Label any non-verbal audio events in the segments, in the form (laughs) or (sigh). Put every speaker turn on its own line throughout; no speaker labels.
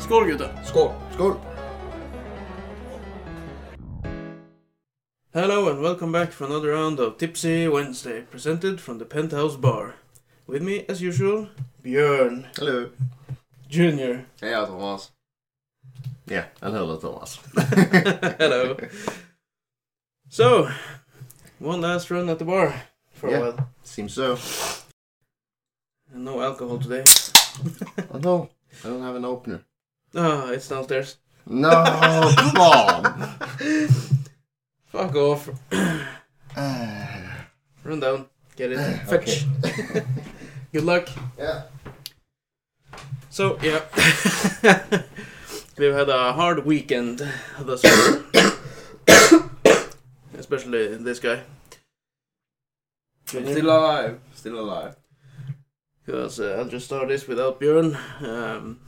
Skål gutter!
Skål! Skål!
Hello and welcome back for another round of Tipsy Wednesday, presented from the Penthouse Bar. With me, as usual, Björn
Hello!
Jr.
Hej jag Thomas. Ja, eller hur Thomas?
(laughs) Hello. So, one last run at the bar for
Yeah.
a while.
Seems so.
And no alcohol
(laughs)
today.
Oh no, I don't have an opener.
Ah, it's
(laughs)
downstairs.
No,
(laughs)
come on!
Fuck off. (clears throat)
Ah,
Run down. Get
(sighs)
it. Fetch. Good luck.
(laughs) yeah.
So, yeah. (laughs) We've had a hard weekend thus far. (coughs) Especially this guy.
Still alive. Still alive.
Because uh, I'll just start this without Björn. Um,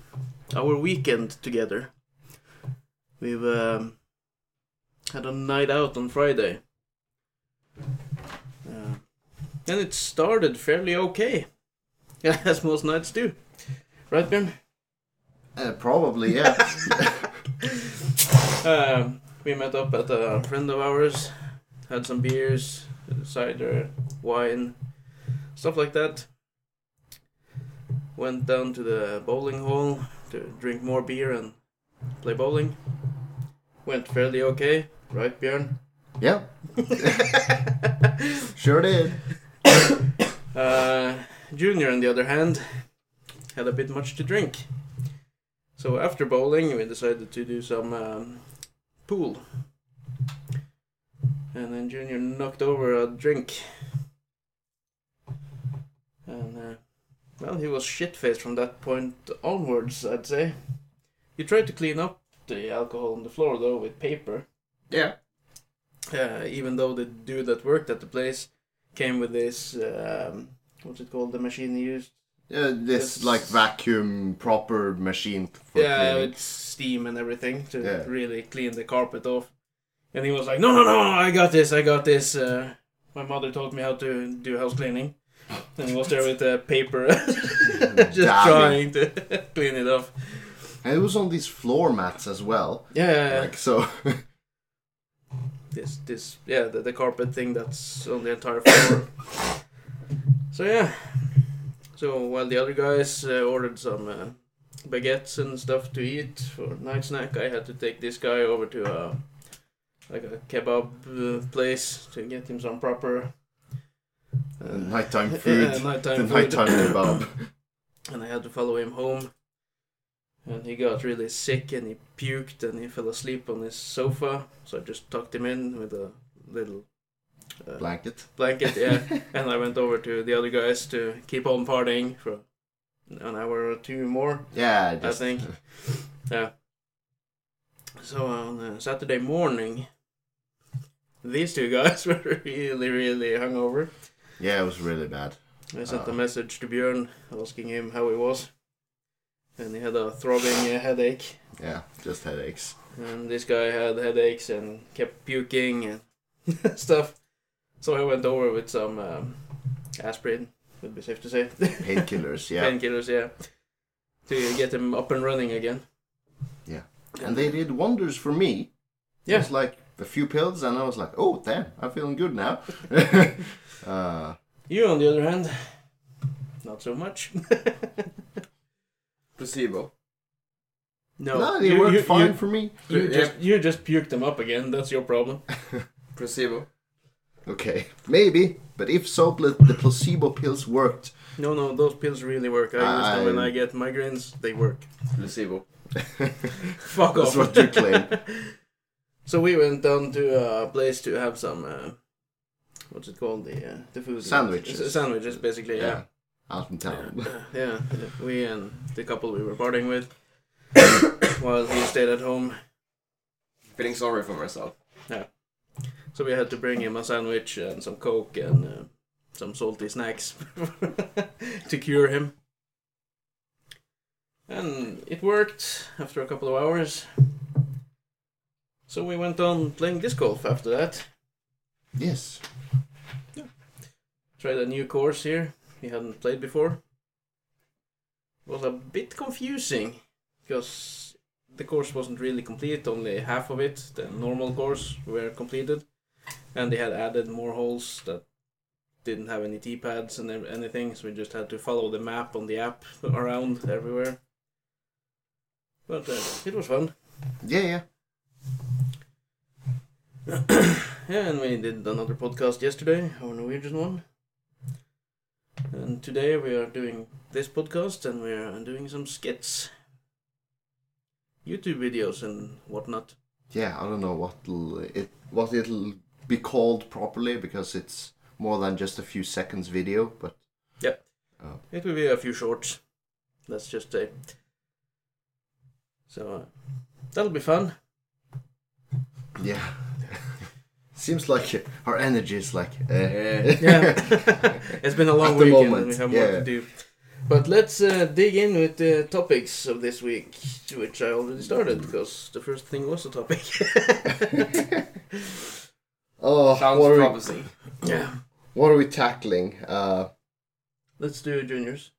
our weekend together. We've um, had a night out on Friday. Uh, and it started fairly okay. (laughs) As most nights do. Right, Björn?
Uh, probably, yeah.
(laughs) Um, we met up at a friend of ours, had some beers, cider, wine, stuff like that. Went down to the bowling hall to drink more beer and play bowling. Went fairly okay, right, (laughs) Björn?
yeah, sure did.
Uh, Junior, on the other hand, had a bit much to drink. So after bowling, we decided to do some um, pool. And then Junior knocked over a drink. And, uh, well, he was shit faced from that point onwards, I'd say. He tried to clean up the alcohol on the floor, though, with paper.
Yeah.
Uh, even though the dude that worked at the place came with this, um, what's it called, the machine he used?
Uh, this
Yes.
like vacuum proper machine for
yeah,
cleaning.
with steam and everything to
Yeah.
really clean the carpet off. And he was like, "No, no, no! I got this! I got this!" Uh, my mother taught me how to do house cleaning, and he was there with uh, paper, (laughs) just
Damn.
trying to (laughs) clean it off.
And it was on these floor mats as well.
Yeah, yeah, yeah.
Like so. (laughs)
this, this, yeah, the, the carpet thing that's on the entire floor. (coughs) so yeah. So while the other guys uh, ordered some uh, baguettes and stuff to eat for night snack, I had to take this guy over to a like a kebab uh, place to get him some proper uh,
nighttime
(laughs) yeah,
food.
nighttime
the
food.
nighttime kebab.
(laughs) and I had to follow him home. And he got really sick and he puked and he fell asleep on his sofa. So I just tucked him in with a little uh,
Blanket. (laughs)
blanket, yeah. and I went over to the other guys to keep on partying for an hour or two more.
Yeah, just, (laughs)
think. So on uh, Saturday morning, these two guys (laughs) were really, really hungover.
Yeah, it was really bad.
I sent
Ah.
a message to Björn asking him how he was. And he had a throbbing uh, headache.
Yeah, just headaches.
And this guy had headaches and kept puking and (laughs) stuff. So I went over with some um, aspirin, would be safe to say. (laughs)
Painkillers, yeah.
Painkillers, yeah. To get him up and running again.
Yeah. And they did wonders for me. It
Yeah.
was like a few pills, and I was like, oh, damn, I'm feeling good now. (laughs) uh,
You, on the other hand, not so much. (laughs)
Placebo.
no,
no, they
you,
worked
you,
fine
You,
for me.
you
Yeah.
just you just puked them up again. That's your problem.
(laughs)
Placebo.
okay, maybe. But if so, pl- the placebo pills worked.
No, no, those pills really work. I, use them when
I-
I get migraines. They work. (laughs)
Placebo.
Fuck
That's
off.
what you claim.
(laughs) So we went down to a place to have some. Uh, what's it called? The uh, the food
Sandwiches.
S- sandwiches, basically. Yeah.
Out in town.
Uh, yeah. We and the couple we were partying with, (coughs) while he stayed at home.
Feeling sorry for myself.
So we had to bring him a sandwich and some coke and uh, some salty snacks (laughs) to cure him. And it worked after a couple of hours. So we went on playing disc golf after that.
(laughs) yes.
Tried a new course here we hadn't played before. It was a bit confusing because the course wasn't really complete. Only half of it, the normal course, were completed, and they had added more holes that didn't have any T pads and ev- anything. So we just had to follow the map on the app (laughs) around everywhere. But uh, it was fun.
Yeah, yeah.
Yeah, and we did another podcast yesterday, our Norwegian one. And today we are doing this podcast and we are doing some skits. YouTube videos and whatnot.
Yeah, I don't know what it what it'll be called properly because it's more than just a few seconds video, but
It will be a few shorts, let's just say. So, uh, that'll be fun.
yeah. Seems like our energy is like eh. (laughs)
Yeah.
Yeah. it's been a long
At the
weekend and
moment,
we have more
yeah.
to do. But let's uh, dig in with the topics of this week, which I already started because the first thing was a
(laughs)
topic.
Oh,
Sounds
what are, we,
promising.
yeah.
what are we tackling? Uh,
Let's do juniors.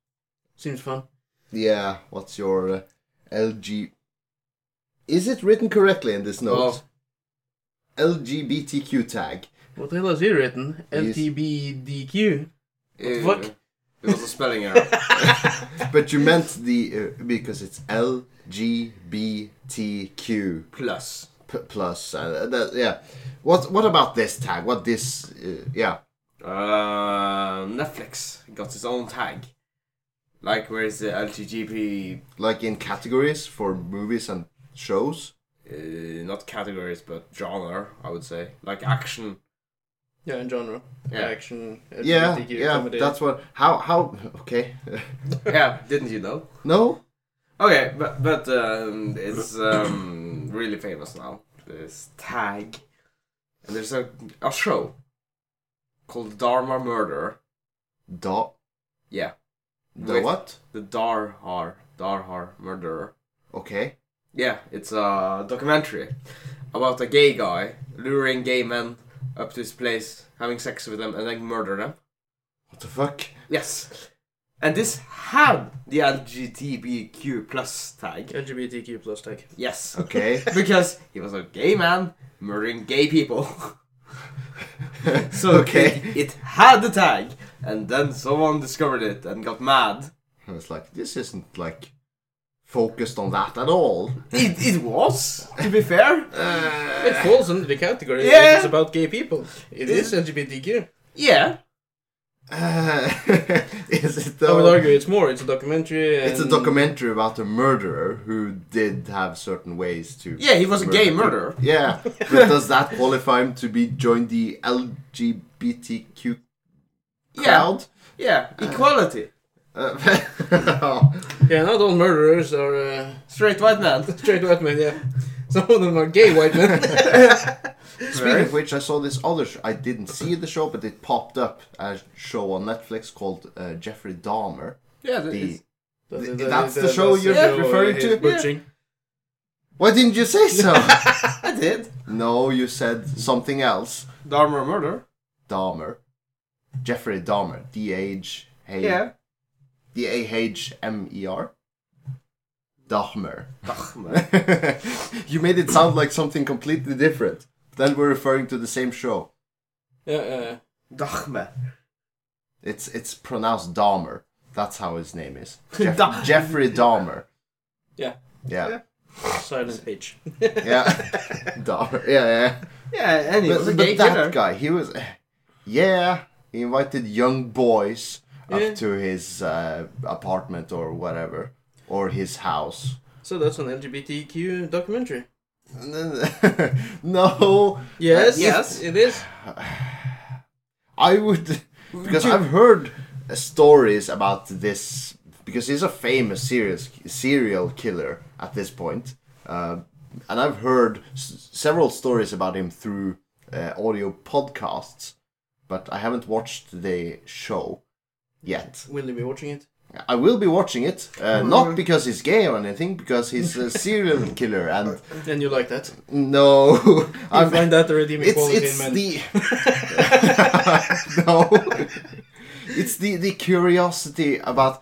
Seems fun.
yeah, what's your uh, LG? Is it written correctly in this note? LGBTQ tag.
What the hell has he written?
Yes.
LTBDQ.
Eh,
Ew.
What the fuck?
It was a
(laughs)
spelling error.
But you meant the uh, because it's LGBTQ.
Plus.
p- plus. Uh, that, yeah. What what about this tag? What this? Uh, yeah.
Uh, Netflix got its own tag. Like, where is the LTGP?
Like in categories for movies and shows.
Uh, not categories, but genre, I would say. Like action.
Yeah, in genre.
Yeah.
Action.
Yeah,
LGBTQ,
yeah.
comedy.
That's what. How how? Okay. (laughs)
yeah, didn't you know?
no.
Okay, but but um, it's um, really famous now. This tag, and there's a a show called Dharma Murder.
Da.
Yeah,
The
Wait.
what?
the Darhar Darhar Murderer.
Okay.
Yeah, it's a documentary about a gay guy luring gay men up to his place, having sex with them, and then murder them.
What the fuck?
Yes, and this had the LGBTQ plus tag.
LGBTQ plus tag.
Yes,
(laughs) Okay.
because he was a gay man murdering
(laughs)
gay people. so
okay.
it, it had the tag, and then someone discovered it and got mad.
I was like, this isn't like focused on that at (laughs) all.
It, it was, to be fair.
It
Uh,
falls under the category. that
Yeah.
It's about gay people. It is LGBTQ.
Yeah.
Uh, (laughs) is it
I would
though?
argue it's more. It's a documentary. And
It's a documentary about a murderer who did have certain ways to.
Yeah, he was a gay murderer.
Yeah, (laughs) but does that qualify him to be join the LGBTQ
Yeah.
crowd?
Yeah. Equality.
Uh, (laughs)
Yeah, not all murderers are uh,
Straight white man.
straight white men, yeah. (laughs) Some of them are gay white
(laughs)
men.
speaking of which, I saw this other. Sh- I didn't see the show, but it popped up a show on Netflix called uh, Jeffrey Dahmer.
Yeah, that
The
is-
That's the show you're referring
he's
to?
Butching.
why didn't you say so?
I did.
no, you said something else.
Dharma murder.
Dahmer, Jeffrey Dahmer, D H A
Yeah.
D A H M E R. Dahmer. (laughs)
Dharma.
you made it sound like something completely different. Then we're referring to the same show.
Yeah, yeah.
Dharma.
It's it's pronounced Dahmer. That's how his name is.
Da-
Jeff- Jeffrey Dahmer.
Yeah.
Yeah.
yeah. Silent H.
Yeah. (laughs) Dahmer. Yeah, yeah.
Yeah, and he was a
But,
gay
but
killer.
that guy, he was. (sighs) Yeah. He invited young boys up
Yeah.
to his uh, apartment or whatever, or his house.
So that's an LGBTQ documentary.
And then- (laughs) no.
Yes,
yes.
it is.
I would because
you-
I've heard uh, stories about this because he's a famous serious serial killer at this point, uh, and I've heard s- several stories about him through uh, audio podcasts, but I haven't watched the show yet.
Will you be watching it?
I will be watching it, uh, not because he's gay or anything, because he's a serial killer, and
And you like that?
no,
I
I'm
find that a redeeming
it's
quality
it's
in men.
the (laughs) no, it's the the curiosity about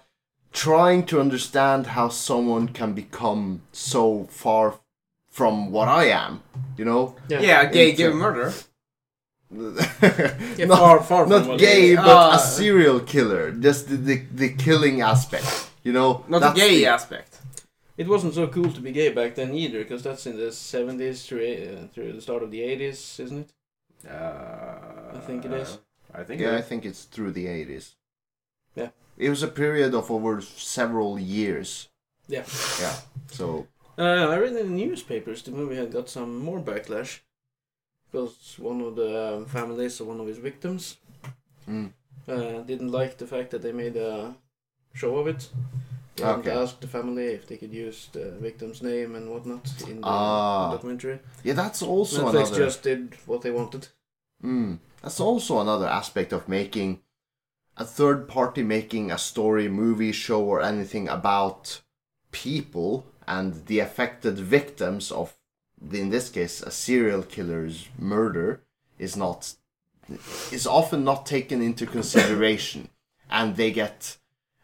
trying to understand how someone can become so far from what I am, you know?
Yeah.
Yeah, gay, gay
It's, uh,
murder.
(laughs)
Yeah,
not
far, far from
not
what
gay,
it
but
Ah.
a serial killer. Just the, the, the killing aspect, you know?
Not
That's
the gay
the-
aspect.
It wasn't so cool to be gay back then either, because that's in the 70s through, uh, through the start of the 80s, isn't it?
Uh,
I think it is.
I think
Yeah, Uh, I
it
think it's through the 80s.
Yeah.
It was a period of over several years.
Yeah.
Yeah. So,
Uh, I read in the newspapers the movie had got some more backlash, because one of the um, families of one of his victims
mm,
uh, didn't like the fact that they made a show of it. And
Okay.
asked the family if they could use the victim's name and whatnot in the
Ah.
documentary.
yeah, that's also
Netflix
another.
just did what they wanted.
Mm. That's also another aspect of making a third party making a story, movie, show, or anything about people and the affected victims of, in this case, a serial killer's murder is not is often not taken into consideration, and they get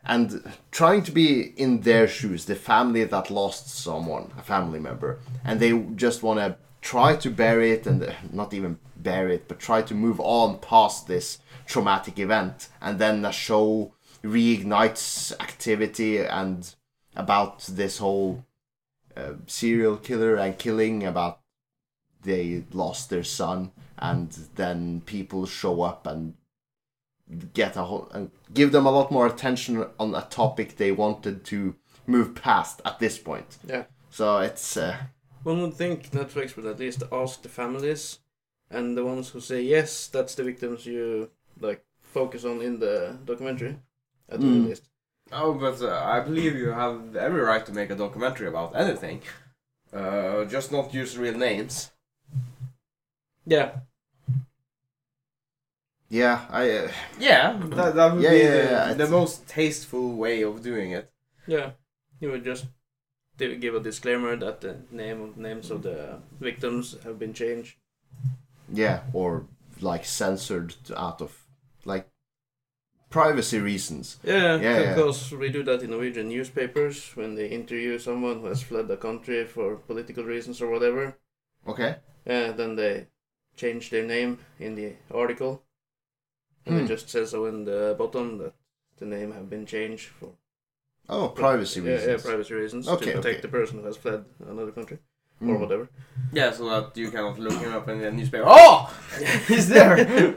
and trying to be in their shoes, the family that lost someone, a family member, and they just want to try to bury it and uh, not even bury it, but try to move on past this traumatic event, and then the show reignites activity and about this whole uh, serial killer and killing about they lost their son and then people show up and get a whole and give them a lot more attention on a topic they wanted to move past at this point.
Yeah.
So it's uh,
One would think Netflix would at least ask the families and the ones who say yes, that's the victims you like focus on in the documentary at the
Mm.
very least.
Oh, but uh, I believe you have every right to make a documentary about anything. Uh, just not use real names.
Yeah.
yeah, I uh,
Yeah, that, that would
Yeah,
be
yeah,
the,
yeah,
the
it's-
most tasteful way of doing it.
Yeah. You would just di- give a disclaimer that the name names of the victims have been changed.
yeah, or like censored out of like privacy reasons.
Yeah,
Yeah, yeah.
because we do that in Norwegian newspapers when they interview someone who has fled the country for political reasons or whatever.
Okay.
Uh, then they change their name in the article. And
Hmm.
it just says so in the bottom that the name have been changed for
Oh, privacy
yeah,
reasons.
yeah, privacy reasons
Okay,
to protect
okay.
the person who has fled another country or
Mm. (laughs)
whatever.
Yeah, so that you cannot look him up in the newspaper. Oh, (laughs) he's there.
Yeah.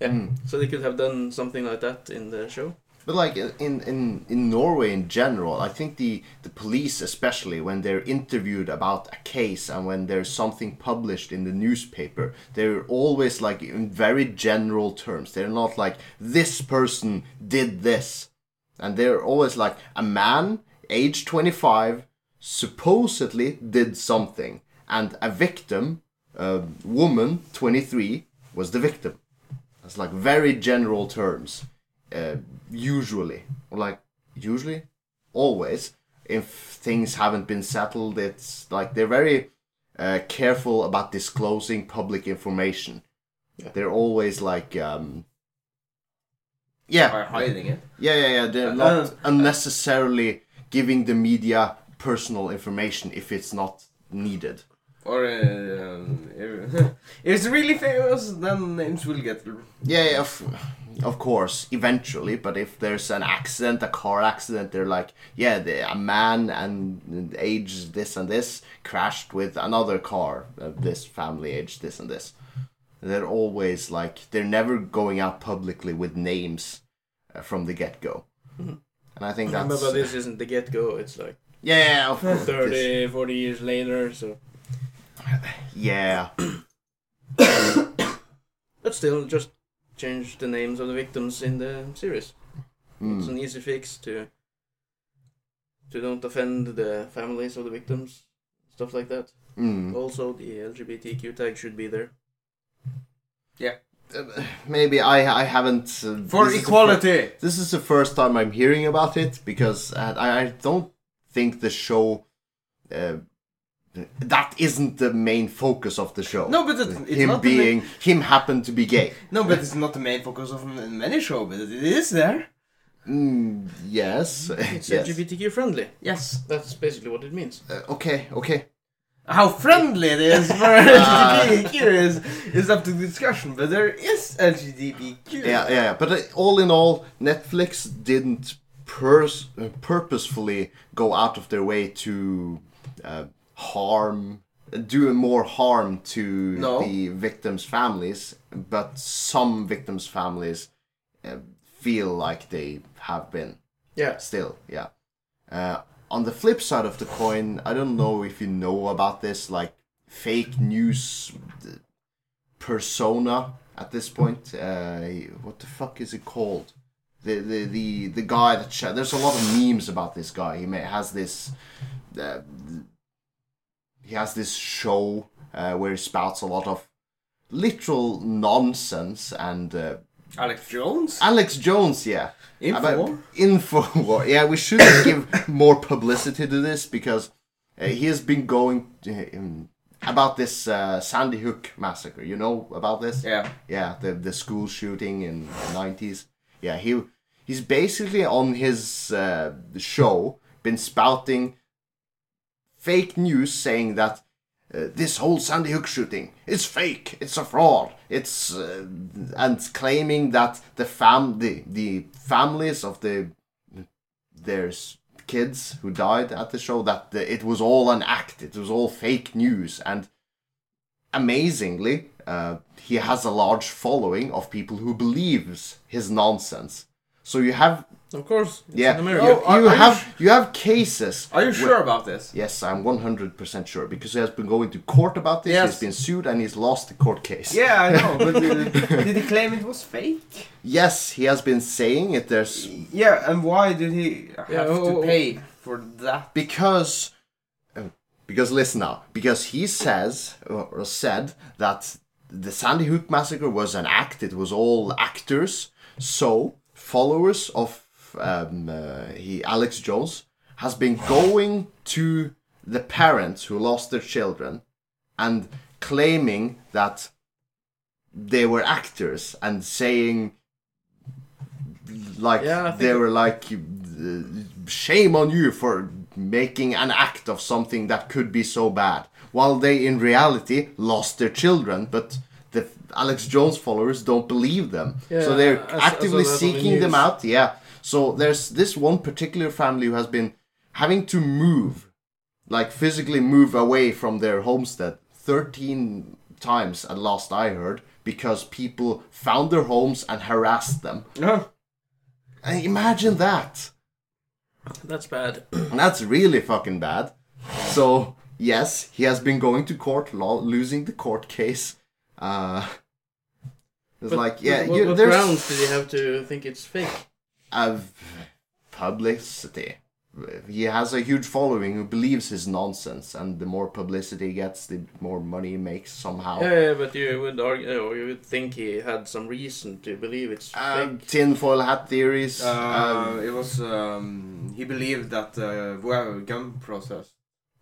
Mm.
(laughs) So they could have done something like that in the show.
But like in in in Norway in general, I think the the police especially when they're interviewed about a case and when there's something published in the newspaper, they're always like in very general terms. They're not like this person did this. And they're always like a man age 25 supposedly did something and a victim, a woman 23 was the victim. That's like very general terms uh, usually, or like usually, always, if things haven't been settled, it's like they're very uh, careful about disclosing public information.
Yeah.
They're always like, um, yeah,
By hiding it.
yeah, yeah, yeah. They're
Uh,
not
uh,
unnecessarily giving the media personal information if it's not needed.
Or uh, um, if, (laughs) if it's really famous, then names will get.
Yeah, yeah, of, of course, eventually. But if there's an accident, a car accident, they're like, yeah, the, a man and age this and this crashed with another car of this family age this and this. They're always like, they're never going out publicly with names uh, from the get go. And I think
Remember,
that's
but this isn't the get go, it's like
yeah, yeah, of course, (laughs) this-
30, 40 years later, so. (coughs)
yeah,
But still, just change the names of the victims in the series. It's
mm,
an easy fix to. to don't offend the families of the victims, stuff like that.
mm.
Also, the LGBTQ tag should be there.
Uh, maybe I I haven't uh,
For
this is the fir-
equality!
This is the first time I'm hearing about it because uh, I, I don't think the show. Uh, that isn't the main focus of the show.
No, but it- it's
him
not the
being him happened to be gay.
No, but it's not the main focus of m- many shows, but it is there.
Mm, yes.
It's
(laughs) yes.
LGBTQ friendly.
Yes.
That's basically what it means.
Uh, okay, okay.
How friendly it is (laughs) for LGBTQ is, is up to discussion, but there is LGBTQ.
Yeah, yeah, yeah. But uh, all in all, Netflix didn't pers- uh, purposefully go out of their way to uh, harm, do more harm to
No.
the victims' families. But some victims' families uh, feel like they have been.
Yeah.
Still, yeah. Uh, on the flip side of the coin, I don't know if you know about this, like fake news uh, persona at this point. Uh, what the fuck is it called? The the the, the guy that sh- there's a lot of memes about this guy. He may, has this. Uh, he has this show uh, where he spouts a lot of literal nonsense and uh,
Alex Jones?
Alex Jones, yeah.
Infowar?
(laughs) Infowar. Yeah, we should (coughs) give more publicity to this because uh, he has been going uh, um, about this uh, Sandy Hook massacre. You know about this?
Yeah.
Yeah, the the school shooting in the nineties. Yeah, he he's basically on his uh, show been spouting fake news saying that uh, this whole Sandy Hook shooting is fake, it's a fraud, it's uh, and claiming that the fam the, the families of the there's kids who died at the show that the, it was all an act, it was all fake news, and amazingly, uh, he has a large following of people who believes his nonsense. So you have
Of course. It's
yeah,
in
you,
America.
Oh, are-
you
are you
have you have cases
Are you
where-
sure about this?
Yes, I'm 100% sure because he has been going to court about this.
Yes.
He's been sued and he's lost the court case.
Yeah, I know, but (laughs) uh, did he claim it was fake?
Yes, he has been saying it. There's
Yeah, and why did he have
Yeah, oh,
to
oh.
pay for that?
because uh, because listen now because he says or said that the Sandy Hook massacre was an act. It was all actors. So followers of um, uh, he Alex Jones has been going to the parents who lost their children and claiming that they were actors and saying like
Yeah, I think
they
it-
were like uh, shame on you for making an act of something that could be so bad while they in reality lost their children but the alex jones followers don't believe them so
Yeah,
they're
I s- I saw
actively
that on the
seeking them
news.
out yeah so there's this one particular family who has been having to move like physically move away from their homestead 13 times at last I heard because people found their homes and harassed them.
No.
And imagine that.
That's bad.
And that's really fucking bad. So, yes, he has been going to court lo- losing the court case. Uh It's
But-
like
but
yeah,
what,
you,
what
there's
grounds did you have to think it's fake?
of publicity. He has a huge following who believes his nonsense, and the more publicity he gets, the more money he makes somehow.
Yeah, yeah, but you would argue, or you would think he had some reason to believe it's
Um,
fake.
tinfoil hat theories.
Uh,
um,
it was, um, he believed that uh, whoever gun process,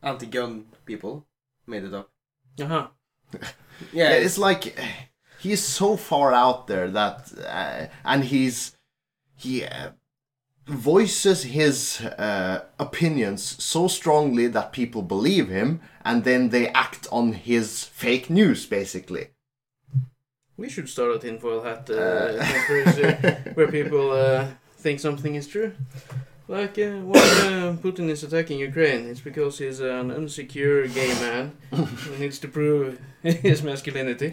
anti gun people, made it up.
Uh huh.
Yeah,
yeah, it's like eh, he's so far out there that, uh, and he's he uh, voices his uh, opinions so strongly that people believe him, and then they act on his fake news, basically.
We should start a tinfoil hat uh,
Ah. (laughs)
conspiracy where people uh, think something is true. Like uh, why uh, Putin is attacking Ukraine, it's because he's an insecure gay
(laughs)
man who needs to prove (laughs) his masculinity.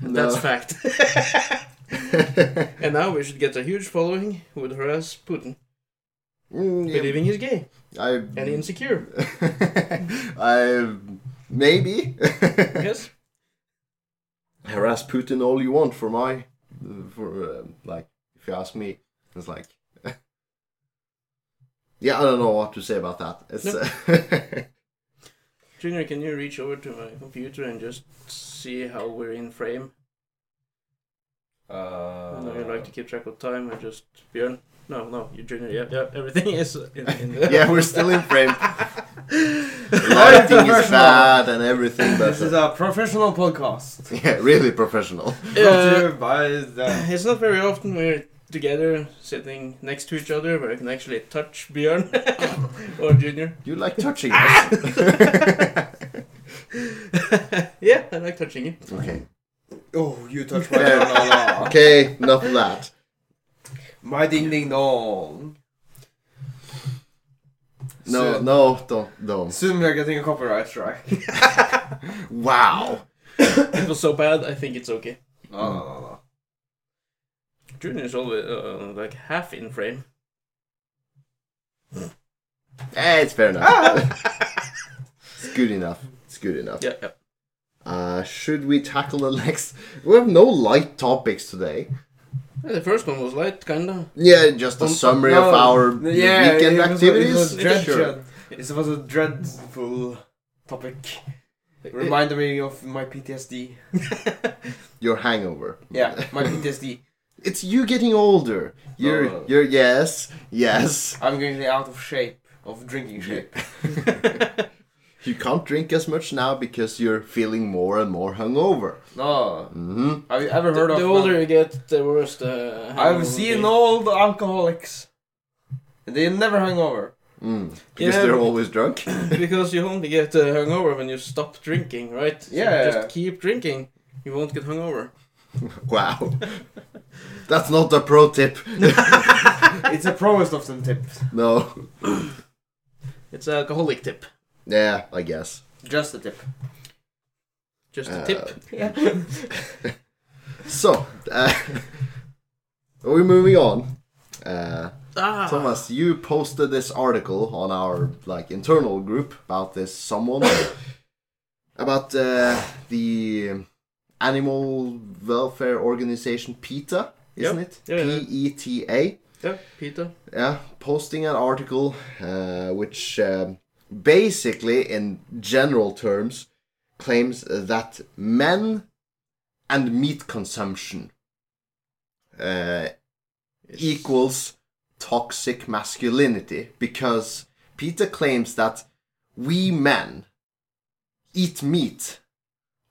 That's fact. (laughs) and now we should get a huge following who would harass Putin,
(laughs) Mm, yeah,
believing he's gay
I,
and insecure.
(laughs) I maybe (laughs)
Yes.
harass Putin all you want for my for um like if you ask me it's like (laughs) yeah I don't know what to say about that it's (laughs)
No.
uh,
Junior, can you reach over to my computer and just see how we're in frame?
uh,
I know you like to keep track of time. I just Björn. (laughs) No, no, you Junior. Yeah, yeah. Everything is in, in the
yeah we're still in frame lighting is
Professional.
bad and everything, but
This is a professional podcast.
(laughs) yeah, really professional.
Brought to
Uh,
you by the-
it's not very often we're together, sitting next to each other, where I can actually touch Bjorn (laughs) or Junior. (laughs)
You like touching us.
yeah, I like touching you.
okay.
Oh, you touched my
Yeah.
banana.
Okay, enough of that.
My ding ding dong.
No,
Soon-
no, don't, don't.
Soon we are getting a copyright strike.
Wow.
It was so bad. I think it's okay.
No, no, no, no.
Junior is always uh, like half in frame.
Eh, it's fair enough.
Ah.
(laughs) it's good enough. It's good enough.
Yeah, yeah.
Uh, should we tackle the (laughs) next? We have no light topics today.
Yeah, The first one was light, (laughs) kinda.
Yeah, just a
Um,
summary
No,
of our
n- yeah,
weekend
it was-
activities.
It was, dread-
Sure.
dread- it was a dreadful topic. Reminded me of my PTSD.
Your hangover.
Yeah,
(laughs)
my PTSD.
It's you getting older. You're
Oh.
you're yes, yes.
I'm getting out of shape, of drinking shape.
You can't drink as much now because you're feeling more and more hungover.
No,
hmm
have you ever
The,
heard of?
the older you get, the worse the. hangover
I've seen
will
old alcoholics. They never hung over.
Mm. Because
Yeah,
they're
but-
always drunk. (laughs)
be. (clears throat) because you only get uh, hungover when you stop drinking, right? So
Yeah.
Just keep drinking. You won't get
(laughs)
hungover.
wow. That's not a pro tip.
(laughs) it's a provost of some tips.
No.
It's an alcoholic tip.
Yeah, I guess.
Just a tip.
Just a
Uh,
tip.
(laughs)
So, uh, (laughs) we're moving on. Uh,
Ah.
Thomas, you posted this article on our like internal group about this someone (coughs) about uh, the animal welfare organization PETA, isn't it?
Yeah, yeah.
P E T A.
Yeah, Peter.
Yeah, posting an article uh, which um, basically, in general terms, claims that men and meat consumption uh, equals toxic masculinity because Peter claims that we men eat meat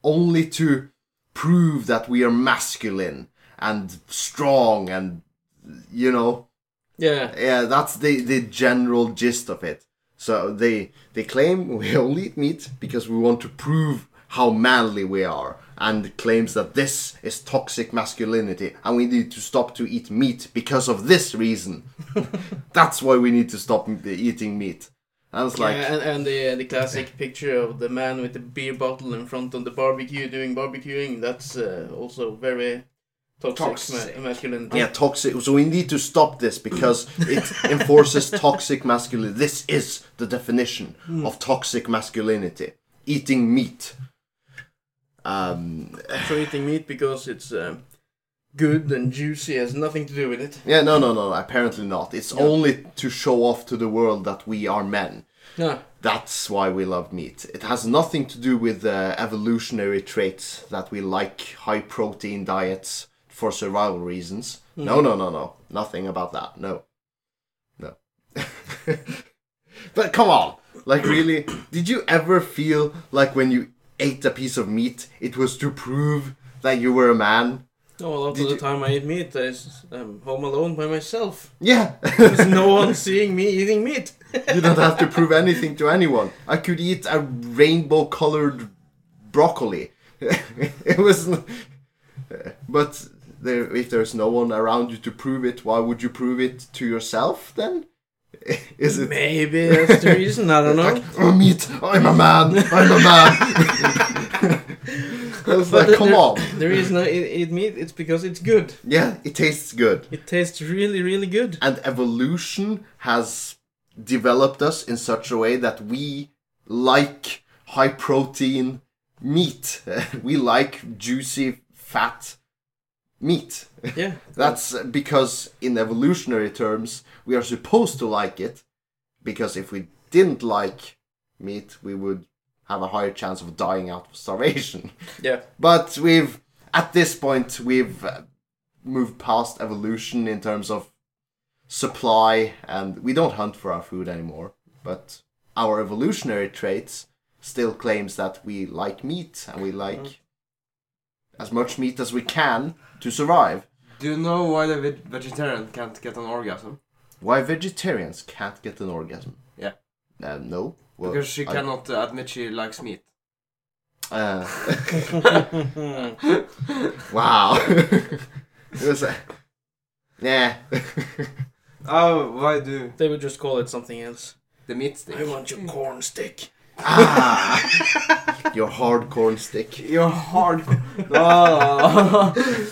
only to prove that we are masculine and strong and you know
Yeah.
yeah that's the the general gist of it so they they claim (laughs) we only eat meat because we want to prove how manly we are and claims that this is toxic masculinity and we need to stop to eat meat because of this reason (laughs) that's why we need to stop m- eating meat and it's like
yeah, and, and the the classic picture of the man with the beer bottle in front of the barbecue doing barbecuing. That's uh, also very toxic,
Toxic.
Ma- masculine.
Yeah, toxic. So we need to stop this because it enforces toxic masculinity. This is the definition
Hmm.
of toxic masculinity: eating meat. Um.
So eating meat because it's uh, good and juicy has nothing to do with it.
Yeah. No. No. No. Apparently not. It's only to show off to the world that we are men.
No.
That's why we love meat. It has nothing to do with uh, evolutionary traits that we like high protein diets for survival reasons.
Mm-hmm.
No, no, no, no. Nothing about that. No. No. (laughs) but come on. Like, really, did you ever feel like when you ate a piece of meat, it was to prove that you were a man?
No, a lot
Did
of Oh, the
you-
time I eat meat, I s- I'm home alone by
(laughs)
myself.
Yeah.
There's no one seeing me eating meat.
You don't have to prove anything to anyone. I could eat a rainbow colored broccoli. (laughs) it was. n- But there, if there's no one around you to prove it, why would you prove it to yourself then? (laughs) Is it.
Maybe that's the reason. I don't know.
Like, oh, meat! I'm a man! I'm a man! (laughs) I was
But
like,
the-
come
the,
on!
The reason I eat, eat meat, it's because it's good.
Yeah, it tastes good.
It tastes really, really good.
and evolution has developed us in such a way that we like high protein meat. (laughs) we like juicy fat meat.
Yeah. (laughs)
That's because in evolutionary terms we are supposed to like it because if we didn't like meat we would have a higher chance of dying out of starvation.
Yeah.
But we've at this point we've uh, moved past evolution in terms of supply, and we don't hunt for our food anymore. But our evolutionary traits, still claims that we like meat and we like as much meat as we can to survive.
Do you know why the veg- vegetarian can't get an orgasm?
Why vegetarians can't get an orgasm?
Yeah.
Uh, no. Well,
Because she
I-
cannot uh, admit she likes meat.
Uh, wow. (laughs) it was a. Nah.
Oh, why do
They would just call it something else.
the meat stick?
I
(laughs)
want your corn
(laughs)
stick.
ah, your hard corn stick.
You're hard. oh.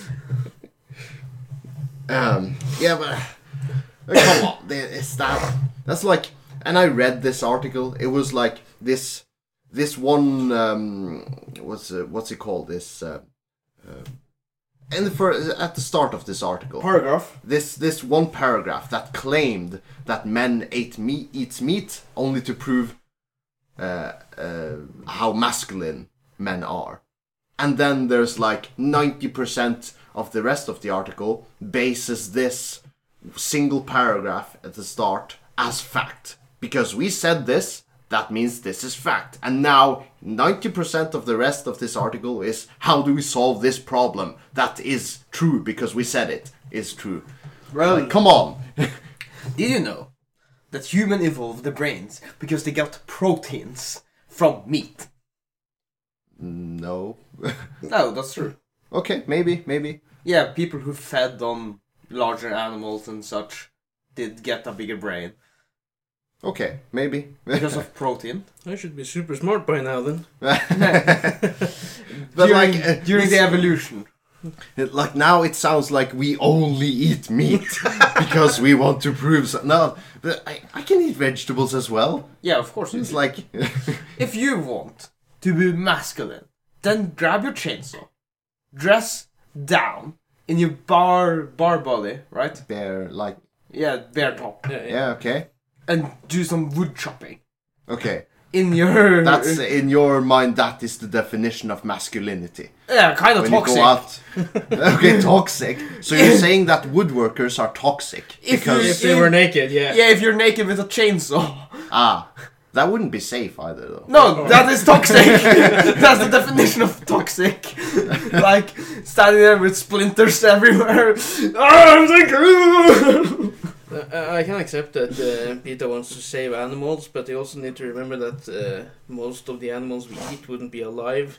Um, yeah, but uh, come on, there- it's that. That's like, and I read this article. It was like this, this one. Um, what's uh, what's it called? This. Uh, uh, in the fir- at the start of this article,
(laughs) Paragraph.
this this one paragraph that claimed that men ate meat eats meat only to prove uh, uh, how masculine men are, and then there's like ninety percent of the rest of the article bases this single paragraph at the start as fact because we said this. That means this is fact. And now 90% of the rest of this article is how do we solve this problem? That is true because we said it is true.
Well,
Like, come on.
Did you know that human evolved the brains because they got proteins from meat?
no. (laughs)
No, Oh, that's true.
okay, maybe, maybe.
Yeah, people who fed on larger animals and such did get a bigger brain
Okay, maybe.
because
(laughs)
of (laughs) protein.
I should be super smart by now then.
But
during,
like, uh,
during the
it's-
evolution.
like now it sounds like we only eat meat (laughs) because we want to prove so- no, but I, I can eat vegetables as well.
Yeah, of course.
It's
It's like
like (laughs)
if you want to be masculine, then grab your chainsaw, dress down in your bar bar body, right?
they're like
Yeah, bare top,
Yeah, yeah.
yeah, okay.
and do some wood chopping
Okay.
in your.
That's in your mind that is the definition of masculinity.
Yeah, kind of
When
toxic.
you go out (laughs) Okay, toxic. So you're
(laughs)
saying that woodworkers are toxic
If you-
because
If they were naked, yeah.
Yeah, if you're naked with a chainsaw.
Ah, that wouldn't be safe either, though.
No, that is toxic. (laughs) That's the definition of (laughs) toxic. like standing there with splinters everywhere. (laughs) Ah, I'm (laughs) like,
Uh, I I can accept that uh, Peter wants to save animals, but they also need to remember that uh, most of the animals we eat wouldn't be alive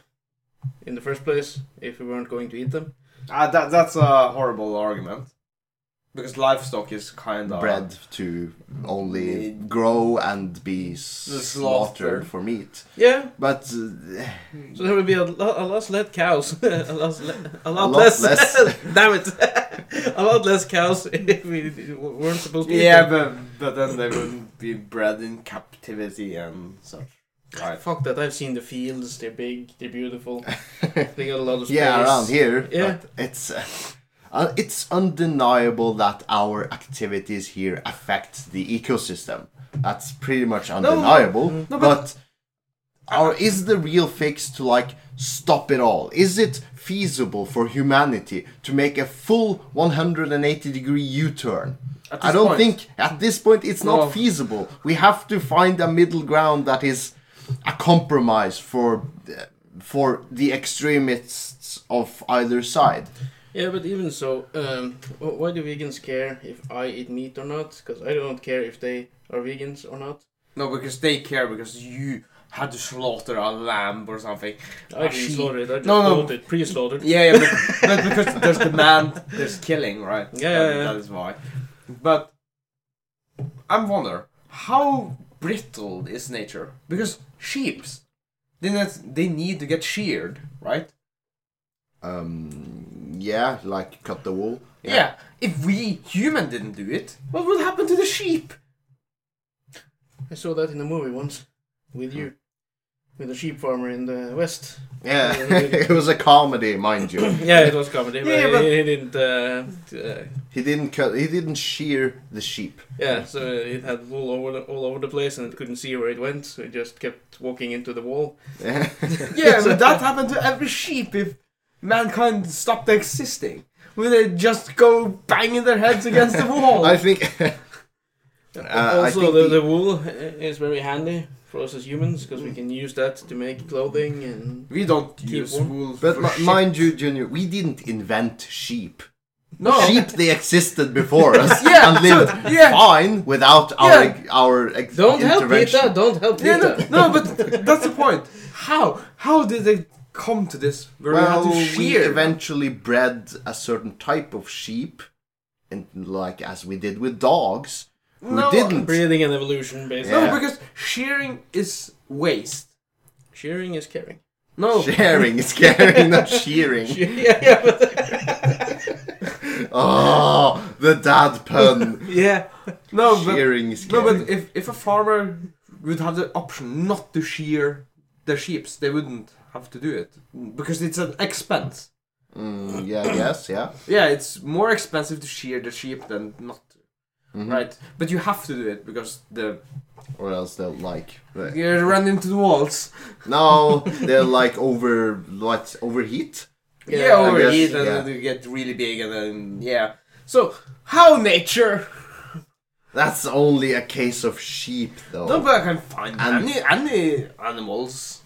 in the first place if we weren't going to eat them.
ah, that that's a horrible argument because livestock is kind of
Bred to only grow and be slaughtered,
slaughtered.
for meat.
Yeah,
But uh,
so there would be a, lo- a lot less cows. (laughs) a, lot le- a lot
lot
less.
less.
(laughs) damn it. (laughs) a lot less cows if we d- weren't supposed to eat
Yeah,
them.
but but then they wouldn't be bred in captivity and such. Right.
Fuck that, I've seen the fields. They're big, they're beautiful.
(laughs)
they got a lot of space.
yeah, around here,
Yeah.
but it's uh, uh, it's undeniable that our activities here affect the ecosystem. That's pretty much undeniable.
no, but-
but Or is the real fix to like stop it all? Is it feasible for humanity to make a full 180 degree U turn?
At
I
this
don't
point.
think at this point it's
No.
not feasible. We have to find a middle ground that is a compromise for for the extremists of either side.
Yeah, but even so, um, wh- why do vegans care if I eat meat or not? Because I don't care if they are vegans or not.
No, because they care because you had to slaughter a lamb or something.
I
A
didn't
sheep.
slaughter it. I just
No, no.
bought it pre-slaughtered.
Yeah, yeah but, but because there's demand, there's killing, right?
Yeah,
That-
yeah, yeah.
that is why. But I wonder how brittle is nature? Because sheep's, they need, they need to get sheared, right?
Um, yeah, like cut the wool.
Yeah. If we human didn't do it, what would happen to the sheep?
I saw that in a movie once with you, with a sheep farmer in the west.
Yeah, (laughs) it was a comedy, mind you.
Yeah, it was comedy. But
Yeah,
yeah,
but-
he, he didn't. Uh, t- uh,
He didn't cut. He didn't shear the sheep.
yeah, so it had wool over the, all over the place, and it couldn't see where it went. So it just kept walking into the wall.
Yeah, but that happened to every sheep if mankind
(laughs)
stopped (laughs) existing. Would they just go banging their heads against the wall?
I think Uh, I
also,
think
the,
the-
the wool i- is very handy for us as humans because we can use that to make clothing and
We don't
Keep
use
warm.
wool.
But
for
mi-
shit.
mind you, Junior, we didn't invent sheep.
no.
Sheep, they existed before us
Oh. (laughs) Yeah,
and lived
so- yeah.
fine without our
Yeah.
our ex-
don't help
intervention.
Peter. Don't help
Yeah,
Peter.
no, no, but that's the point. How how did they come to this? Where
Well,
we had to
we
shear.
eventually bred a certain type of sheep, and like as we did with dogs, who
No,
didn't.
Breeding and evolution, basically.
no,
Yeah.
because shearing is waste.
Shearing is caring.
No, (laughs)
Sharing is caring, not shearing.
yeah, yeah, but
(laughs) Oh, the dad
(laughs)
pun.
yeah.
no, but
Shearing is
No,
caring.
but if, if a farmer would have the option not to shear their sheep, they wouldn't have to do it because it's an expense.
Mm, yeah, yes, yeah.
Yeah, it's more expensive to shear the sheep than not.
Mhm.
Right, but you have to do it because the
Or else they'll like.
you run into the walls.
No, they'll like over what overheat.
Yeah,
Yeah, I
overheat
guess,
and
yeah.
then you get really big and then yeah. So how nature?
That's only a case of sheep, though.
No, but I can find
Oh. And-
any any animals.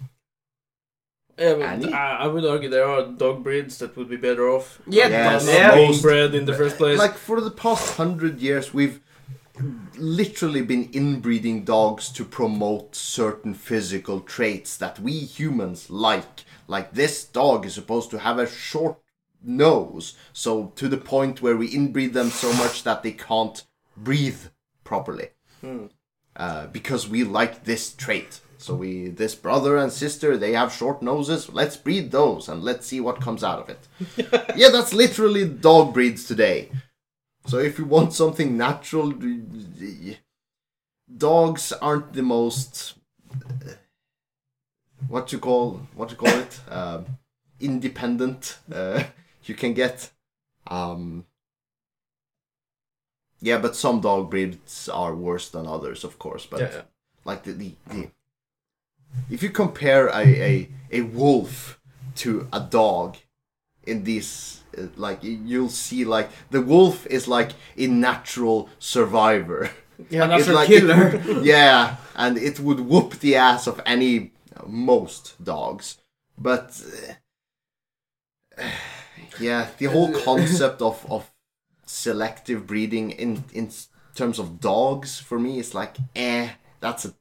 Yeah, but
Annie?
I, I would argue there are dog breeds that would be better off.
Yeah,
Yes,
Not
yeah.
being
most-
bred in the first place.
like for the past hundred years, we've literally been inbreeding dogs to promote certain physical traits that we humans like. Like this dog is supposed to have a short nose, so to the point where we inbreed them so much that they can't breathe properly. Uh, because we like this trait. So we, this brother and sister, they have short noses. Let's breed those and let's see what comes out of it. yeah, that's literally dog breeds today. So if you want something natural, d- d- dogs aren't the most uh, what you call what you call
(laughs)
it um, independent uh, you can get. Um, yeah, but some dog breeds are worse than others, of course. But
yeah, yeah.
like the, the, the if you compare a, a a wolf to a dog in these uh, like y- you'll see like the wolf is like a natural survivor
Yeah,
It's like it would- (laughs) yeah and it would whoop the ass of any uh, most dogs but uh, (sighs) yeah the whole concept of of selective breeding in in s- terms of dogs for me is like eh that's a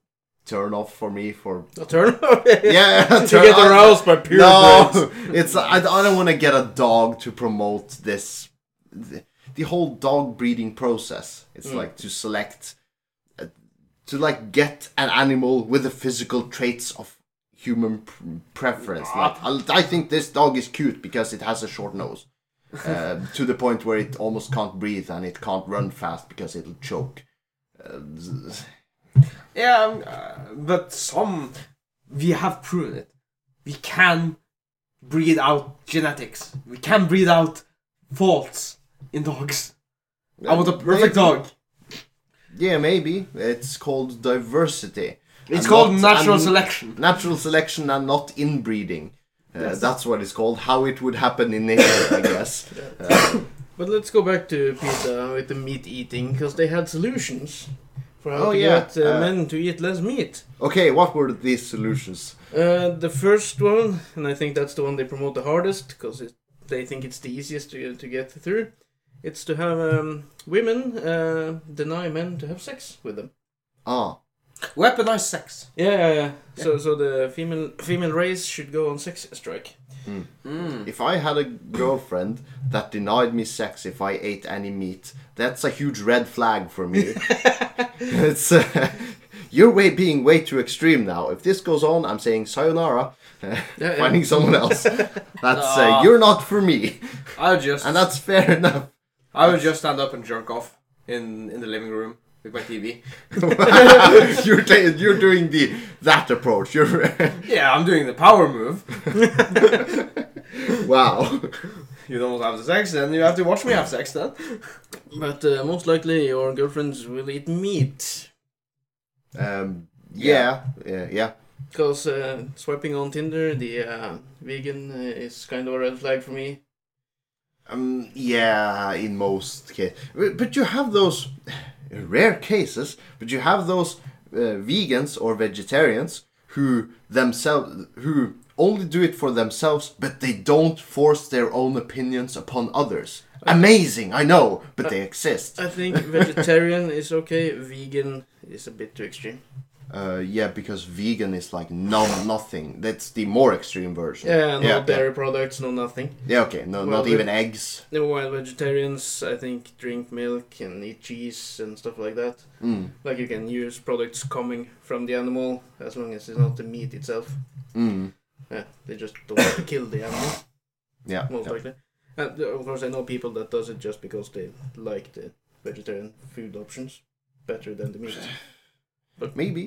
turn off for me for
A (laughs) turn.
yeah (laughs)
you
turn-
get
I-
aroused by pure
no
birds.
(laughs) it's I, I don't want to get a dog to promote this the, the whole dog breeding process it's
Mm.
like to select uh, to like get an animal with the physical traits of human pr- preference
Ah.
like I, I think this dog is cute because it has a short
(laughs)
nose uh, to the point where it almost can't breathe and it can't run fast because it'll choke uh, z-
Yeah, um, uh, but some we have proven it. We can breathe out genetics. We can breathe out faults in dogs. I want a perfect dog.
Yeah, maybe. It's called diversity.
It's
And
called
not-
natural
and
selection.
Natural selection and not inbreeding. Uh, That's what it's called. How it would happen in nature, I guess. Uh,
But let's go back to Peter with the meat eating because they had solutions for how
Oh,
to
yeah,
get uh,
uh,
men to eat less meat.
Okay, what were these solutions?
Uh, the first one, and I think that's the one they promote the hardest because they think it's the easiest to, to get through. It's to have um, women uh, deny men to have sex with them.
Ah,
Weaponized sex.
Yeah, yeah, yeah. So, so the female female race should go on sex strike.
if I had a girlfriend that denied me sex if I ate any meat, that's a huge red flag for me. it's uh, (laughs) you're way being way too extreme now. If this goes on, I'm saying sayonara,
yeah.
finding someone else. That's uh, you're not for me,
I would just
and that's fair (laughs) enough.
I would just stand up and jerk off in in the living room with my TV.
(laughs) you're ta- you're doing the that approach. You're (laughs)
Yeah, I'm doing the power move.
wow.
You don't want to have the sex, then you have to watch me have sex then.
But uh, most likely your girlfriends will eat meat
Um, yeah, yeah, yeah.
because uh, swiping on Tinder, the uh, vegan uh, is kind of a red flag for me.
Um, yeah, in most cases. But you have those. rare cases, but you have those uh, vegans or vegetarians who themselves who only do it for themselves, but they don't force their own opinions upon others. Amazing, I know, but they exist.
I (laughs) think vegetarian is okay. Vegan is a bit too extreme.
Uh, yeah, because vegan is like no nothing. That's the more extreme version.
Yeah, no
yeah,
dairy products, no nothing.
yeah. Yeah, okay, no,
Well,
not
the-
even eggs.
No, while vegetarians, I think, drink milk and eat cheese and stuff like that.
Mm,
Like you can use products coming from the animal as long as it's not the meat itself.
mm,
Yeah, they just don't (coughs) want to kill the animal,
yeah,
most
yeah.
likely. And uh, of course, I know people that does it just because they like the vegetarian food options better than the
(coughs)
meat. (coughs)
maybe.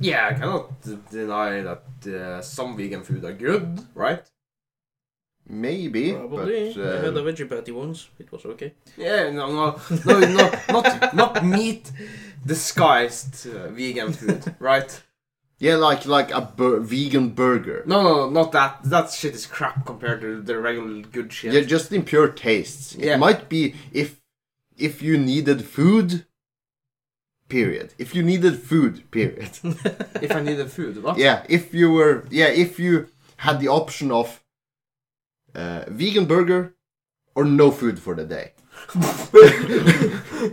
Yeah, I cannot d- deny that uh, some vegan food are good, right?
Maybe,
Probably.
but uh,
I had a veggie patty once. It was okay.
Yeah, no, no, no, no not not
(laughs)
meat disguised uh, vegan food, right?
yeah, like like a bur- vegan burger.
No, no, no, not that. That shit is crap compared to the regular good shit.
Yeah, just in pure tastes.
Yeah.
It might be if if you needed food. Period. If you needed food. Period.
If I needed food, what?
yeah, if you were yeah, if you had the option of uh, vegan burger or no food for the day.
(laughs)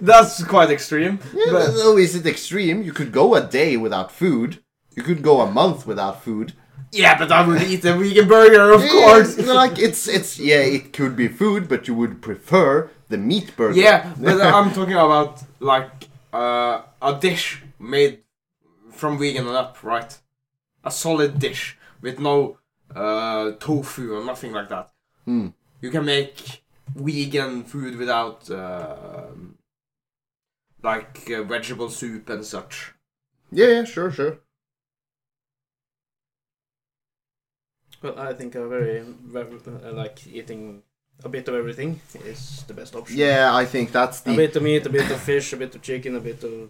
That's quite extreme.
Yeah,
but-
but no, is it extreme? You could go a day without food. You could go a month without food.
Yeah, but I would eat a vegan burger, of
Yeah,
course.
it's like it's it's yeah, it could be food, but you would prefer the meat burger.
Yeah,
(laughs)
but um, I'm talking about like uh, a dish made from vegan and up, right? A solid dish with no uh, tofu or nothing like that.
Hmm.
You can make vegan food without uh, like uh, vegetable soup and such.
yeah, yeah, sure, sure.
Well, I think a very, very uh, like eating a bit of everything is the best option.
Yeah, I think that's
A
the
bit of meat, a bit of fish, a bit of chicken, a bit of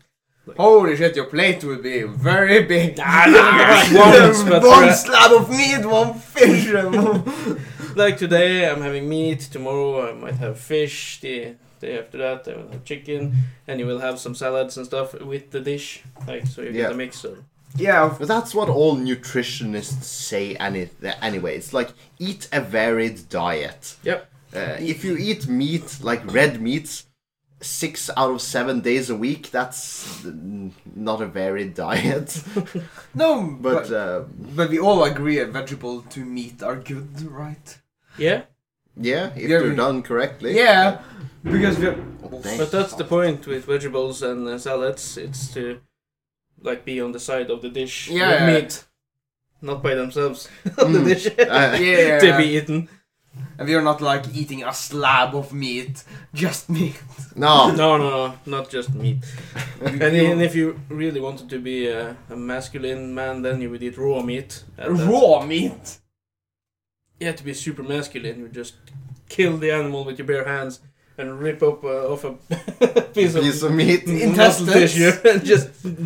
Holy shit, your plate would be very (laughs) big.
Once, but-
(laughs) one slab of meat, one fish, and one...
like today I'm having meat, tomorrow I might have fish, the day after that I will have chicken, and you will have some salads and stuff with the dish. Like so you get
Yeah.
a mix of
(laughs) yeah, of
But that's what all nutritionists say any, anyway. It's like eat a varied diet.
Yep. (laughs)
Uh, if you eat meat, like red meats, six out of seven days a week, that's mm, not a varied (laughs) diet.
No,
But
but
uh,
but we all agree a vegetable to meat are good, right?
Yeah.
yeah, if
Yeah,
they're
we-
done correctly.
Yeah, because we.
Thanks.
But that's the point with vegetables and uh, salads, it's to like be on the side of the dish
Yeah.
with meat. Not by themselves (laughs) on the
Mm.
dish (laughs)
Uh,
(laughs) Yeah,
to be eaten.
and we are not like eating a slab of meat, just
(laughs)
meat.
No.
No, no, no, not just meat. And, and if you really wanted to be a, a masculine man, then you would eat raw meat. And that-
raw meat.
You had to be super masculine. You just kill the animal with your bare hands and rip up uh, off a (laughs) piece,
Piece
of
of meat.
(laughs)
(laughs)
muscle tissue and just
oh,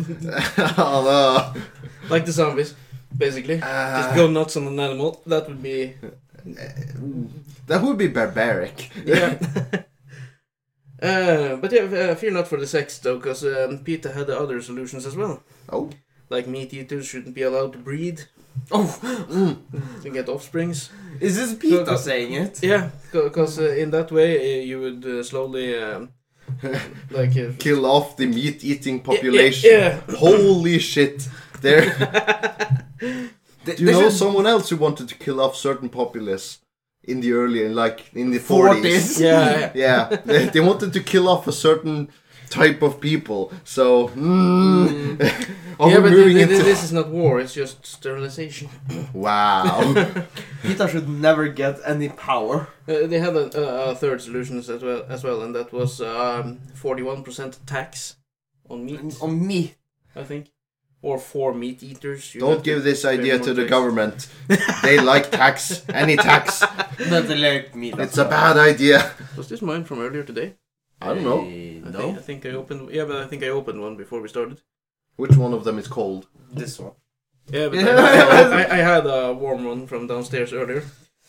no. Uh,
like the zombies, basically. just go nuts on an animal. That would be
That would be barbaric.
yeah. (laughs) Uh, but yeah, uh, fear not for the sex though, because um, Peter had other solutions as well.
Oh.
Like meat eaters shouldn't be allowed to breed
Oh,
to get offsprings.
is this Peter
So-
saying it?
Yeah, because uh, in that way uh, you would uh, slowly, um, (laughs) like, uh,
Kill off the meat eating
yeah,
population.
Yeah,
Holy shit. There.
(laughs)
They-
Do you
they
know
should-
someone else who wanted to kill off certain populace in the early, like in the
(laughs)
40s?
40s.
yeah,
yeah, (laughs) they, they wanted to kill off a certain type of people. So, mm, (laughs) are
yeah.
we
But
moving
th-
into?
th- this is not war; it's just sterilization.
Wow. (laughs)
Peter should never get any power.
(laughs) Uh, they had a, a, a third solution as well, as well, and that was um, forty-one percent tax on meat,
On meat.
I think, or for meat eaters. You
Don't
have to
give this
pay
idea
more
to the
tax.
government. They like tax. Any
(laughs)
tax.
But they like meat.
It's a bad idea.
Was this mine from earlier today?
I don't know
I
no,
think, I think I opened. Yeah, but I think I opened one before we started.
which one of them is cold.
this one.
Yeah, (laughs) but I, I, I had a warm one from downstairs earlier. (laughs)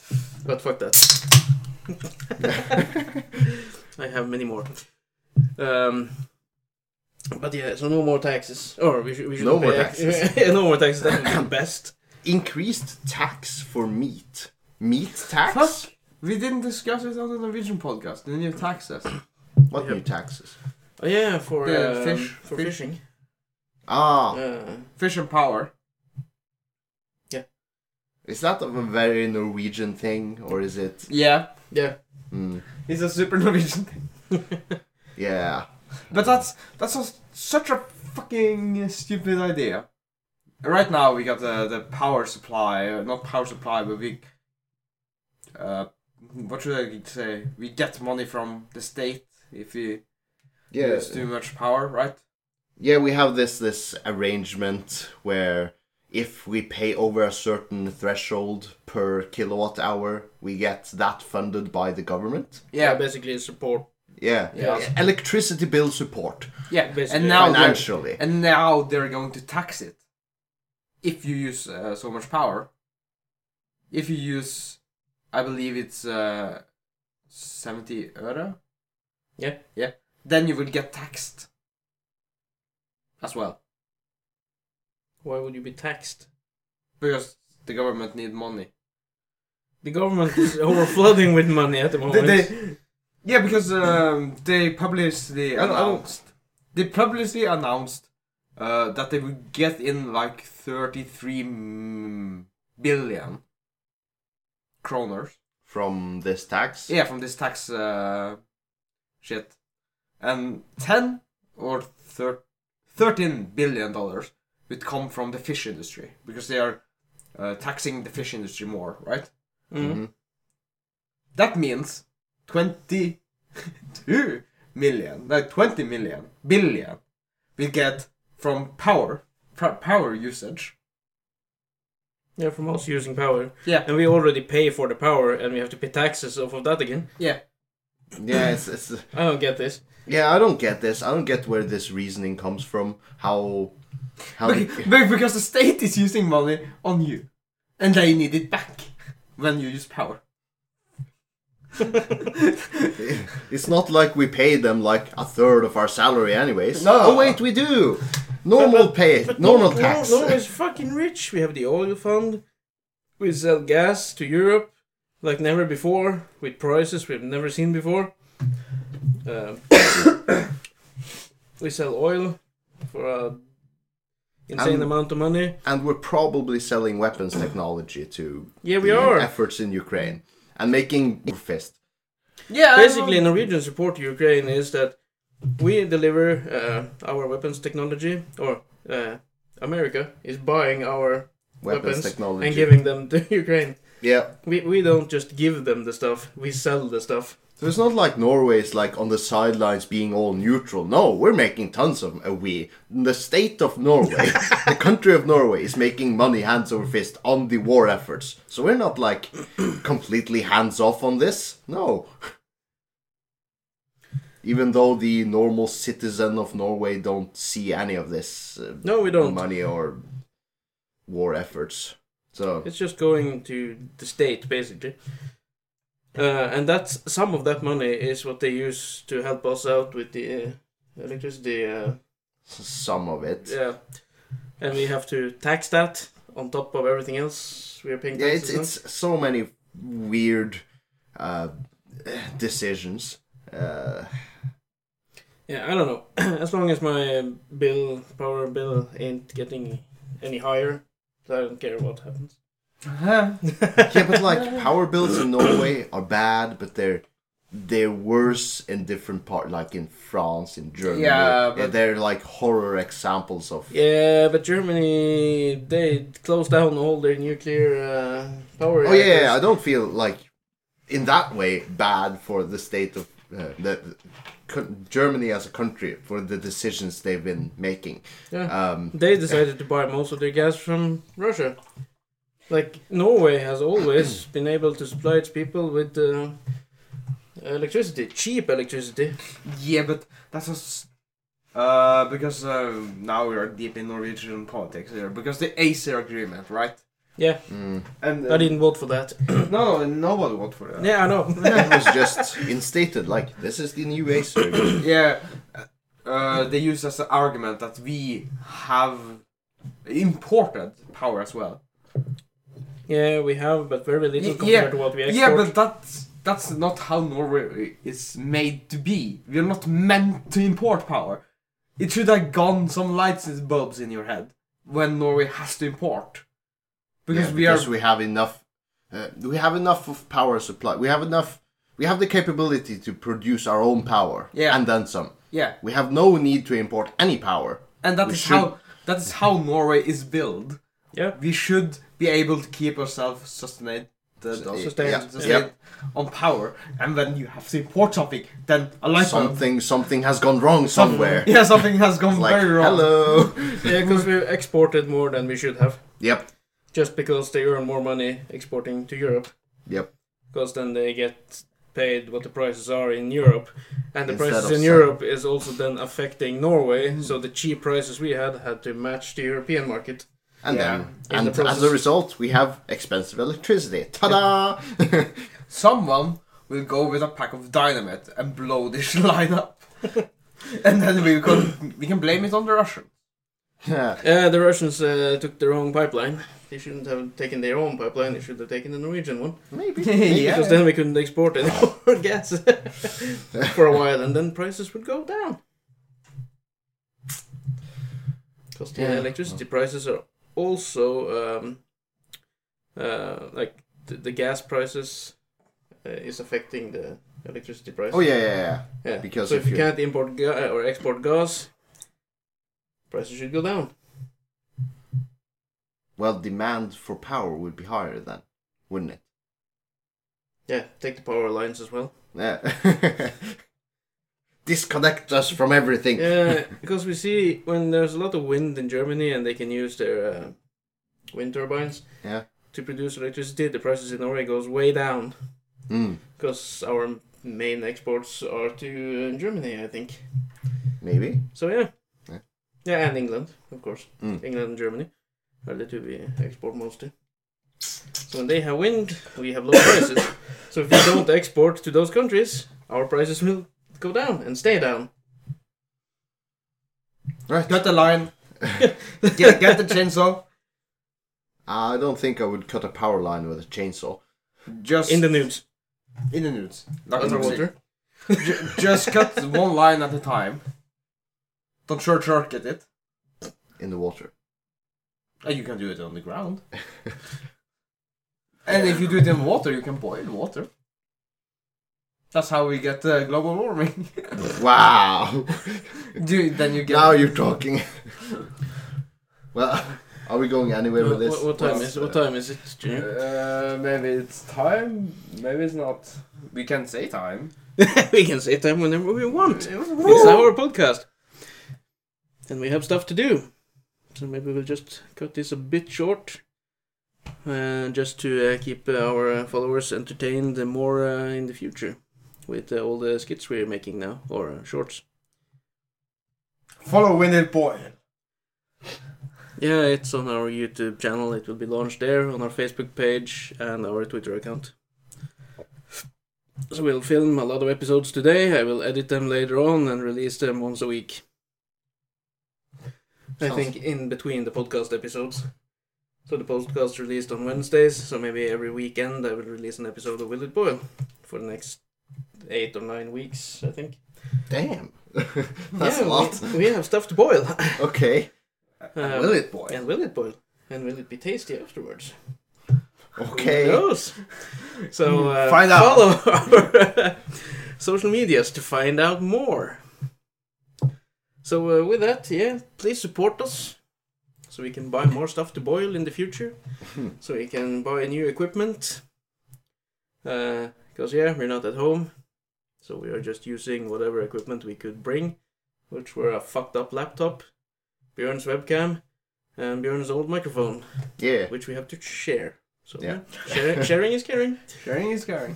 But fuck that. I have many more. Um, but yeah, so no more taxes, or we should, we should
No more
pay-
taxes.
yeah, (laughs) no more taxes. That (coughs) would be best.
Increased tax for meat. Meat tax?
Fuck! We didn't discuss it on the Norwegian podcast. The new taxes.
What
Yep.
new taxes?
Oh, yeah, for
Yeah,
um,
fish.
for
Fish.
fishing.
Ah,
Uh,
Fish and power.
is that a very Norwegian thing, or is it?
Yeah.
yeah,
Mm,
It's a super (laughs) Norwegian thing.
yeah,
But that's that's a, such a fucking stupid idea. Right now we got the the power supply, uh, not power supply, but we, uh, what should I say? We get money from the state if we
yeah,
use too much power, right?
yeah. We have this this arrangement where if we pay over a certain threshold per kilowatt hour, we get that funded by the government.
yeah.
Yeah,
Basically, support.
Yeah,
Yeah.
Electricity bill support
yeah.
Basically,
And now they're,
financially.
and now they're going to tax it if you use uh, so much power. If you use, I believe it's uh, seventy euro.
Yeah,
then you will get taxed as well
why would you be taxed?
because the government need money.
The government is (laughs) overflooding with money at the moment.
yeah, because um, they publicly
I don't- I don't-
announced they publicly announced uh, that they would get in like thirty three billion kroners.
from this tax.
Yeah, from this tax uh, shit, and ten or thir- thirteen billion dollars would come from the fish industry because they are uh, taxing the fish industry more, right? Mm-hmm.
Mhm.
Mhm.
That means twenty-two million, like twenty million billion, we get from power, pro- power usage.
Yeah, from us using power,
Yeah,
and we already pay for the power, and we have to pay taxes off of that again.
yeah,
Mm-hmm. Yeah, it's, it's
I don't get this.
yeah. I don't get this. I don't get where this reasoning comes from. How how
Bec- be- because the state is using money on you, and they need it back (laughs) when you use power. (laughs)
It's not like we pay them like a third of our salary, anyways.
No.
Oh wait, we do. Normal pay, normal
Nor-
tax.
Norway is fucking rich. We have the oil fund. We sell gas to Europe like never before with prices we've never seen before. Um, (coughs) we sell oil for a insane
And-
amount of money.
and we're probably selling weapons technology to
Yeah, we
the
are.
efforts in Ukraine and making fist.
Yeah,
Basically, Norwegian support to Ukraine is that we deliver uh, our weapons technology, or uh, America is buying our
Weapons,
weapons
technology.
and giving them to (laughs) Ukraine.
yeah.
We, we don't just give them the stuff, we sell the stuff.
So it's not like Norway is like on the sidelines being all neutral. No, we're making tons of a we. The state of
(laughs)
Norway, the country of Norway, is making money hands over fist on the war efforts. So we're not
(clears throat)
like completely hands off on this. No. Even though the normal citizen of Norway don't see any of this uh,
No, we don't.
money or war efforts. So
It's just going to the state, basically. Uh, and that's some of that money is what they use to help us out with the uh, electricity. Uh,
s- some of it.
yeah, and we have to tax that on top of everything else we are paying.
yeah it's
taxes on.
it's so many weird uh decisions uh
Yeah, I don't know. (clears throat) as long as my um, bill, power bill, ain't getting any higher, I don't care what happens.
yeah but
(laughs)
like power bills in norway are bad but they're they're worse in different part like in france in germany
Yeah, but-
they're like horror examples of
Yeah, but Germany they closed down all their nuclear uh, power.
oh yeah,
reactors.
i don't feel like in that way bad for the state of uh, the, con- germany as a country for the decisions they've been making
yeah.
um
(laughs)
They decided to buy most of their gas from Russia. Like Norway has
(clears throat)
always been able to supply its people with uh, electricity, cheap electricity.
yeah, but that's us. Uh, because uh, now we are deep in Norwegian politics here. Because the Acer agreement, right?
Yeah,
Mm.
And uh,
I didn't vote for
(clears throat)
that.
No, nobody vote for that.
Yeah, I know.
(laughs) It was just instated like this is the new Acer.
Yeah, uh, they use as an argument that we have imported power as well.
(laughs) Yeah, we have, but very little
Y-
compared
yeah.
to what we export.
Yeah, but that's that's not how Norway is made to be. We're not meant to import power. It should have gone some license bulbs in your head when Norway has to import. Because
Yeah,
we
because
are
we have enough uh, we have enough of power supply we have enough we have the capability to produce our own power
Yeah.
and then some
yeah,
we have no need to import any power
and that
We
is
should-
how that is how Norway is built.
Yeah.
We should be able to keep ourselves sustained. uh,
Sustained,
Yeah,
sustained
yeah.
on power, and when you have to import something, then a light bulb.
something something has gone wrong somewhere
(laughs) Yeah, something has gone
like
very wrong. (laughs)
hello
Yeah, because
(laughs)
we exported more than we should have,
yep
just because they earn more money exporting to Europe.
yep
because then they get paid what the prices are in Europe, and the
Instead
prices
of Hmm.
in
some-
Europe is also then affecting Norway. So the cheap prices we had had to match the European market.
and
Yeah,
in
then and
the
as
process.
a result we have expensive electricity ta-da (laughs)
someone will go with a pack of dynamite and blow this (laughs) line up. and then we can we can blame it on the Russian.
Yeah.
Uh, the Russians uh, took their own pipeline. They shouldn't have taken their own pipeline. They should have taken the Norwegian one (laughs)
maybe
yeah.
because then we couldn't export any (laughs) more gas for a while, and then prices would go down. Because the
Yeah.
electricity prices are also um, uh, like the, the gas prices uh, is affecting the electricity price.
oh yeah yeah yeah
yeah.
because
so
if
if you
you-
can't import ga- or export gas, prices should go down.
well demand for power would be higher then wouldn't it
Yeah, take the power lines as well.
Yeah. (laughs) Disconnect us from everything. (laughs)
Yeah, because we see when there's a lot of wind in Germany and they can use their uh, wind turbines
Yeah.
to produce electricity, the prices in Norway goes way down
Mm,
because our main exports are to uh, Germany, I think.
maybe.
So yeah.
Yeah.
Yeah, and England, of course.
Mm.
England and Germany are the two we export mostly. So when they have wind, we have low prices. So if we don't export to those countries, our prices will go down and stay down.
Right.
Cut the line. get
(laughs)
get the chainsaw.
I don't think I would cut a power line with a chainsaw.
Just
In the nudes.
in the nudes. Like I said.
Underwater.
Ju- just cut one line
(laughs)
at a time. Don't short circuit it.
In the water. (laughs)
And you can do it on the ground. And if you do it in water, you can boil water. That's how we get uh, global
(laughs)
warming.
Wow.
do then you get
now you're talking. well, are we going anywhere
What,
with this?
what, what time
Let's,
is it? What
uh,
time is it, Junior?
Uh, maybe it's time. Maybe it's not. We can say time.
(laughs) we can say time whenever we want. It's our podcast. And we have stuff to do. So maybe we'll just cut this a bit short. Uh, just to uh, keep uh, our uh, followers entertained uh, more uh, in the future with uh, all the skits we're making now, or uh, shorts.
Follow Wendell Boyle.
Yeah, it's on our YouTube channel. It will be launched there on our Facebook page and our Twitter account. So we'll film a lot of episodes today. I will edit them later on and release them once a week. I
Sounds-
think in between the podcast episodes. So the podcast released on Wednesdays, so maybe every weekend I will release an episode of Will It Boil for the next eight or nine weeks, I think.
Damn. (laughs) That's
yeah,
a lot.
We, we have stuff to boil. (laughs)
Okay.
Um,
Will it, boy?
And will it boil? And will it be tasty afterwards?
Okay.
Who knows? So uh,
Hmm. Find out.
follow (laughs) our social medias to find out more. So uh, with that, yeah, please support us so we can buy more stuff to boil in the future.
Hmm.
so we can buy new equipment. Because yeah, we're not at home, so we are just using whatever equipment we could bring, which were a fucked up laptop, Bjorn's webcam, and Bjorn's old microphone
Yeah.
which we have to share. So yeah,
Yeah.
share, sharing is caring.
Sharing is caring.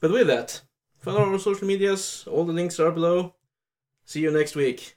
But with that, follow our social medias. All the links are below. See you next week.